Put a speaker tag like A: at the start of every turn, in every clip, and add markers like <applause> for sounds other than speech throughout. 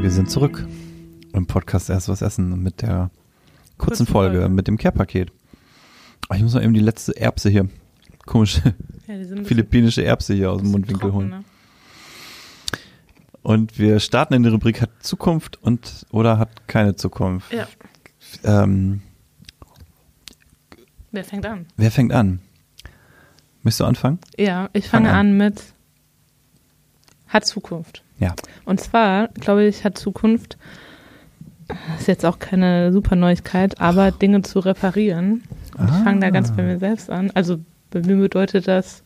A: Wir sind zurück im Podcast Erst was essen mit der kurzen Folge,
B: Folge.
A: mit dem Care-Paket. Ah, Ich muss mal eben die letzte Erbse hier, <laughs> komische
B: Ja, die sind ein bisschen-
A: philippinische Erbse hier aus dem
B: bisschen
A: Mundwinkel
B: trocken,
A: holen.
B: ne?
A: Und wir starten in der Rubrik hat Zukunft und oder hat keine Zukunft.
B: Ja,
A: Ähm,
B: wer fängt an?
A: wer fängt an? Möchtest du anfangen?
B: Ja, ich
A: Fang
B: fange
A: an.
B: an. mit hat Zukunft.
A: Ja.
B: Und zwar, glaube ich, hat Zukunft ist jetzt auch keine super Neuigkeit, aber Dinge zu reparieren. Und ich fange da ganz
A: Ah.
B: bei mir selbst an. Also bei mir bedeutet das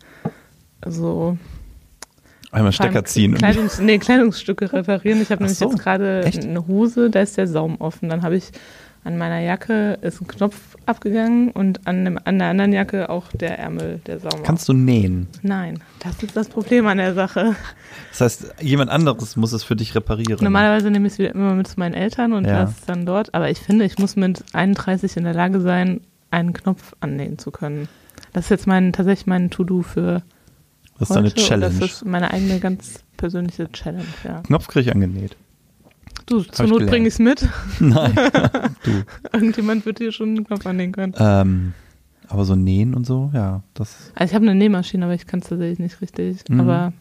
B: also so
A: Einmal Stecker
B: Kleidung-
A: ziehen. und-
B: Kleidungs
A: <laughs>
B: nee, Kleidungsstücke reparieren. Ich habe
A: Ach
B: nämlich
A: so,
B: jetzt gerade
A: echt?
B: eine Hose, da ist der Saum offen. Dann habe ich an meiner Jacke ist ein Knopf abgegangen und an, dem, an der anderen Jacke auch der Ärmel, der Saum.
A: Kannst du nähen?
B: offen. Nein, das ist das Problem an der Sache.
A: Das heißt, jemand anderes muss es für dich reparieren.
B: Normalerweise nehme ich es wieder immer mit zu meinen Eltern und
A: Ja.
B: lasse es dann dort. Aber ich finde, ich muss mit 31 in der Lage sein, einen Knopf annähen zu können. Das ist jetzt mein, tatsächlich mein To-Do für
A: das ist
B: heute.
A: deine
B: und
A: Challenge.
B: Das ist meine eigene ganz persönliche Challenge, ja.
A: Knopf krieg ich angenäht.
B: Du, zur
A: ich
B: Not bringe ich es mit.
A: <laughs> Nein. du.
B: <laughs> Irgendjemand wird hier schon einen Knopf annehmen können.
A: Ähm, aber so nähen und so, ja, das.
B: Also ich habe eine Nähmaschine, aber ich kann es tatsächlich nicht richtig.
A: Mhm.
B: Aber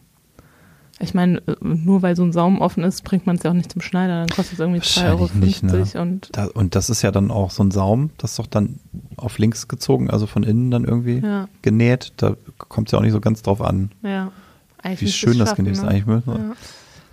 B: ich meine, äh, nur weil so ein Saum offen ist, bringt man es ja auch nicht zum Schneider. Dann kostet es irgendwie 2,50 Euro
A: Wahrscheinlich nicht, ne?
B: und
A: Da, und das ist ja dann auch so ein Saum, das ist doch dann auf links gezogen, also von innen dann irgendwie
B: ja,
A: genäht. Da kommt es ja auch nicht so ganz drauf an,
B: ja. Eigentlich
A: wie
B: müsste
A: schön
B: ich's
A: das
B: schaffen,
A: genäht ist.
B: ne?
A: Eigentlich mü-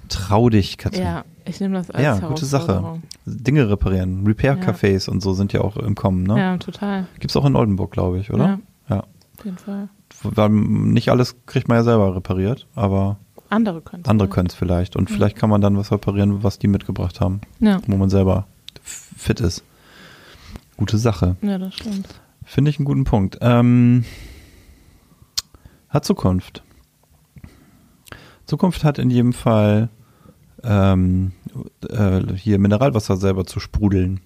A: Trau dich,
B: Ja.
A: Katrin.
B: ja, ich nehme das als
A: Ja, gute Sache.
B: Herausforderung.
A: Dinge reparieren. Repair-Cafés und so sind ja auch im Kommen, ne?
B: Ja, total.
A: Gibt's auch in Oldenburg, glaube ich, oder? Ja. ja.
B: Auf jeden Fall.
A: Weil nicht alles kriegt man ja selber repariert, aber
B: Andere können
A: andere können es vielleicht. Und vielleicht kann man dann was reparieren, was die mitgebracht haben,
B: Ja.
A: wo man selber f- fit ist. Gute Sache.
B: ja, das stimmt.
A: Finde ich einen guten Punkt. Ähm, hat Zukunft. Zukunft hat in jedem Fall ähm, äh, hier Mineralwasser selber zu sprudeln.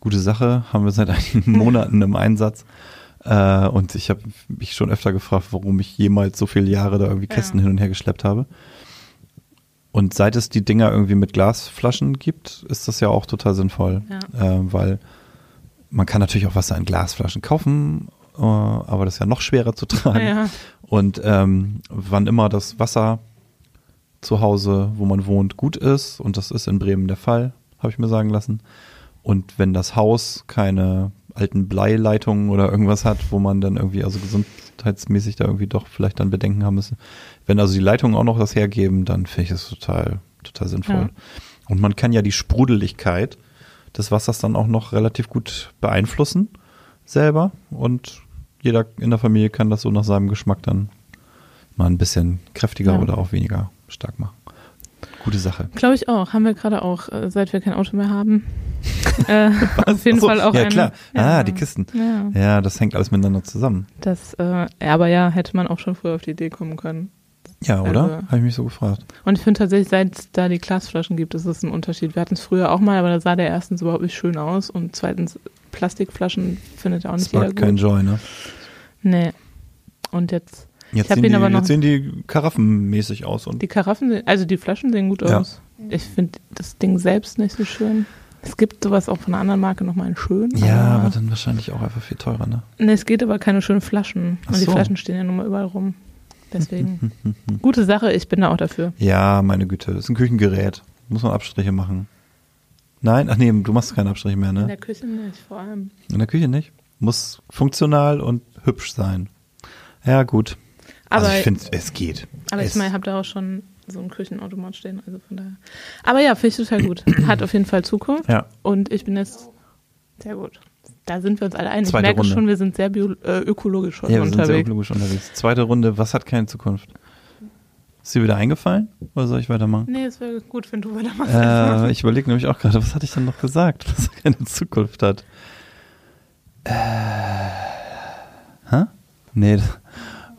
A: Gute Sache, haben wir seit
B: <laughs>
A: einigen Monaten im Einsatz. Äh, und ich habe mich schon öfter gefragt, warum ich jemals so viele Jahre da irgendwie
B: Ja.
A: Kästen hin und her geschleppt habe. Und seit es die Dinger irgendwie mit Glasflaschen gibt, ist das ja auch total sinnvoll,
B: Ja.
A: äh, weil man kann natürlich auch Wasser in Glasflaschen kaufen, äh, aber das ist ja noch schwerer zu tragen.
B: Ja.
A: Und ähm, wann immer das Wasser zu Hause, wo man wohnt, gut ist, und das ist in Bremen der Fall, habe ich mir sagen lassen. Und wenn das Haus keine alten Bleileitungen oder irgendwas hat, wo man dann irgendwie, also gesundheitsmäßig da irgendwie doch vielleicht dann Bedenken haben müssen. Wenn also die Leitungen auch noch das hergeben, dann finde ich das total, total sinnvoll.
B: Ja.
A: Und man kann ja die Sprudeligkeit des Wassers dann auch noch relativ gut beeinflussen selber und jeder in der Familie kann das so nach seinem Geschmack dann mal ein bisschen kräftiger
B: Ja.
A: oder auch weniger stark machen. Gute Sache.
B: Glaube ich auch. Haben wir gerade auch, äh, seit wir kein Auto mehr
A: <laughs>
B: haben. äh, auf jeden
A: Ach so,
B: Fall auch
A: Ja,
B: ein-
A: klar. Ah,
B: ja.
A: die Kisten.
B: Ja.
A: Ja, das hängt alles miteinander zusammen.
B: Das, äh, ja, aber ja, hätte man auch schon früher auf die Idee kommen können.
A: Ja, oder?
B: Also-
A: Habe ich mich so gefragt.
B: Und ich finde tatsächlich, seit es da die Glasflaschen gibt, ist es ein Unterschied. Wir hatten es früher auch mal, aber da sah der erstens überhaupt nicht schön aus und zweitens, Plastikflaschen findet auch nicht
A: Das mag
B: jeder
A: kein
B: gut.
A: Joy, ne?
B: Nee. Und jetzt,
A: Jetzt,
B: hab
A: sehen
B: ihn
A: die,
B: aber noch-
A: jetzt sehen die karaffenmäßig aus und
B: die Karaffen, sehen, also die Flaschen sehen gut
A: Ja.
B: aus. Ich finde das Ding selbst nicht so schön. Es gibt sowas auch von einer anderen Marke nochmal in schön.
A: ja, aber
B: aber
A: dann wahrscheinlich auch einfach viel teurer, ne?
B: nee, es geht aber keine schönen Flaschen.
A: Ach
B: Und die
A: so.
B: Flaschen stehen ja nun mal
A: <laughs>
B: überall rum. Deswegen, gute Sache, ich bin da auch dafür.
A: Ja, meine Güte, ist ein Küchengerät. Muss man Abstriche machen. Nein, ach nee, du machst keine Abstriche mehr, ne?
B: In der Küche nicht, vor allem.
A: In der Küche nicht. Muss funktional und hübsch sein. Ja, gut.
B: Aber
A: also ich finde, es geht.
B: Aber
A: es,
B: ich meine, ich habe da auch schon so einen Küchenautomat stehen, also von daher. Aber ja, finde ich total
A: <clears throat>
B: gut. Hat auf jeden Fall Zukunft.
A: Ja.
B: Und ich bin jetzt sehr gut. Da sind wir uns alle einig.
A: Zweite
B: ich merke
A: Runde.
B: schon, wir sind sehr bio, äh, ökologisch heute
A: ja, wir sind sehr
B: unterwegs.
A: ökologisch unterwegs. Zweite Runde, was hat keine Zukunft? Ist dir wieder eingefallen? Oder soll ich weitermachen?
B: nee, es wäre gut, wenn du weitermachst. <laughs>
A: Äh, ich überlege nämlich auch gerade, was hatte ich denn noch gesagt, <laughs> was keine Zukunft hat? Äh, hä? Nee, das-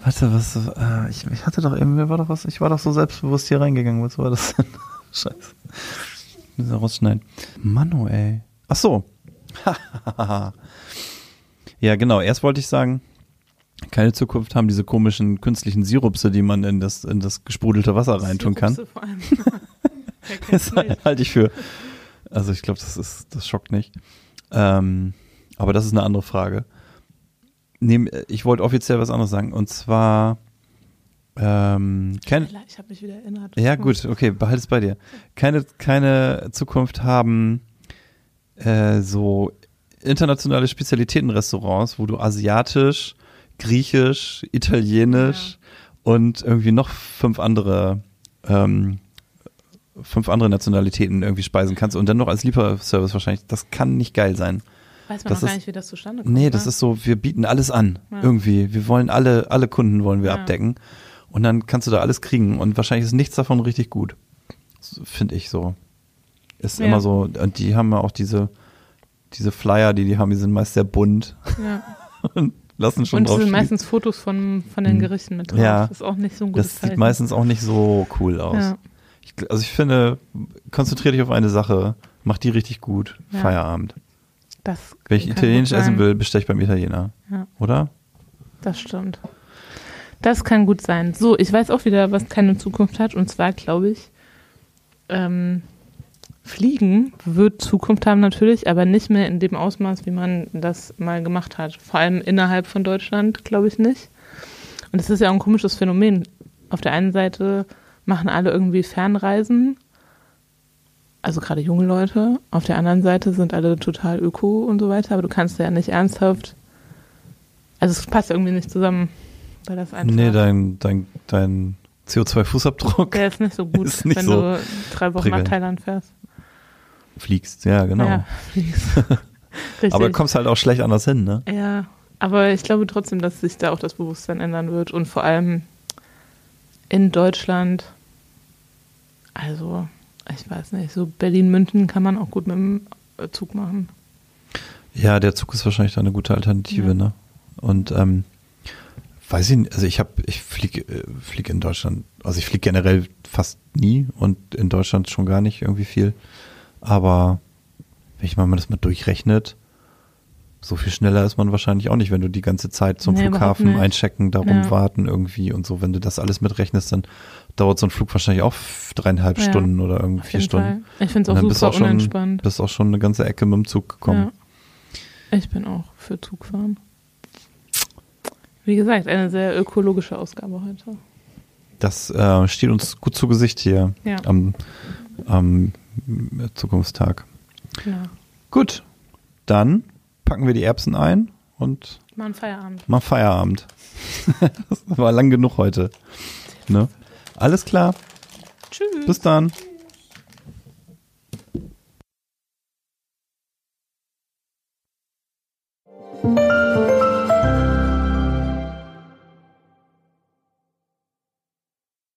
A: warte, was, äh, ich, ich hatte doch eben, mir war doch was, ich war doch so selbstbewusst hier reingegangen, was war das denn? <laughs> Scheiße. Müssen wir rausschneiden. Manu, ey. Ach so. <laughs> ja, genau. Erst wollte ich sagen, keine Zukunft haben diese
B: <laughs>
A: komischen künstlichen Sirupse, die man in das, in das gesprudelte Wasser reintun kann.
B: Vor allem.
A: <laughs> das halte ich für. Also ich glaube, das ist, das schockt nicht. Ähm, aber das ist eine andere Frage. Nehm, äh, ich wollte offiziell was anderes sagen. Und zwar ähm, kein,
B: Ich habe mich wieder erinnert.
A: ja gut, okay, behalt es bei dir. Keine, keine Zukunft haben äh, so internationale Spezialitätenrestaurants, wo du asiatisch, griechisch, italienisch und irgendwie noch fünf andere ähm, fünf andere Nationalitäten irgendwie speisen kannst und dann noch als Lieferservice wahrscheinlich. Das kann nicht geil sein.
B: Weiß man
A: das
B: noch gar
A: ist-
B: nicht, wie das zustande kommt.
A: Nee, das
B: ne?
A: ist so, wir bieten alles an.
B: Ja.
A: Irgendwie. Wir wollen alle, alle Kunden wollen wir
B: Ja.
A: abdecken. Und dann kannst du da alles kriegen. Und wahrscheinlich ist nichts davon richtig gut. Finde ich so. Ist
B: Ja.
A: immer so. Und die haben ja auch diese, diese Flyer, die die haben, die sind meist sehr bunt. <laughs>
B: Ja.
A: Und lassen schon
B: Und es
A: drauf
B: sind
A: schließen.
B: meistens Fotos von, von den
A: Hm.
B: Gerichten mit drauf.
A: Ja.
B: Das ist auch nicht so ein gutes
A: Das sieht
B: Zeichen.
A: meistens auch nicht so cool aus.
B: ja.
A: Ich, gl- also ich finde, konzentriere dich auf eine Sache. Mach die richtig gut.
B: Ja.
A: Feierabend.
B: das
A: Wenn ich
B: kann
A: italienisch
B: gut sein.
A: essen will, bestelle ich beim Italiener.
B: Ja.
A: Oder?
B: Das stimmt. Das kann gut sein. So, ich weiß auch wieder, was keine Zukunft hat. Und zwar glaube ich, ähm, Fliegen wird Zukunft haben natürlich, aber nicht mehr in dem Ausmaß, wie man das mal gemacht hat. Vor allem innerhalb von Deutschland, glaube ich nicht. Und es ist ja auch ein komisches Phänomen. Auf der einen Seite machen alle irgendwie Fernreisen, also gerade junge Leute. Auf der anderen Seite sind alle total öko und so weiter, aber du kannst ja nicht ernsthaft. Also es passt irgendwie nicht zusammen, weil das einfach.
A: Nee, dein, dein, dein CO2-Fußabdruck
B: der ist nicht so
A: <laughs>
B: gut,
A: Ist nicht
B: wenn
A: so
B: du drei Wochen
A: prickelnd.
B: nach Thailand fährst.
A: fliegst. Ja, genau. <laughs>
B: Ja, fliegst. Richtig.
A: Aber du kommst halt auch schlecht anders hin, ne?
B: ja, aber ich glaube trotzdem, dass sich da auch das Bewusstsein ändern wird und vor allem in Deutschland, also ich weiß nicht, so Berlin-München kann man auch gut mit dem Zug machen.
A: Ja, der Zug ist wahrscheinlich da eine gute Alternative,
B: Ja.
A: ne? Und ähm, weiß ich nicht, also ich habe, ich fliege äh, flieg in Deutschland, also ich fliege generell fast nie und in Deutschland schon gar nicht irgendwie viel. Aber wenn ich mal das mal durchrechnet, so viel schneller ist man wahrscheinlich auch nicht, wenn du die ganze Zeit zum
B: Nee, überhaupt
A: Flughafen
B: nicht.
A: einchecken, darum
B: Ja.
A: warten irgendwie und so. Wenn du das alles mitrechnest, dann dauert so ein Flug wahrscheinlich auch dreieinhalb
B: Ja,
A: Stunden oder irgendwie
B: Auf
A: vier
B: jeden
A: Stunden.
B: Fall. Ich finde
A: Und dann
B: es auch
A: bist du
B: super
A: auch schon,
B: unentspannt.
A: bist auch schon eine ganze Ecke mit dem Zug gekommen.
B: Ja. Ich bin auch für Zugfahren. Wie gesagt, eine sehr ökologische Ausgabe heute.
A: Das äh, steht uns gut zu Gesicht hier
B: Ja.
A: am, am Zukunftstag.
B: Genau.
A: Gut, dann packen wir die Erbsen ein und
B: Mal einen Feierabend.
A: mal Feierabend. <laughs> das war lang genug heute. Ne? Alles klar,
B: Tschüss.
A: bis dann.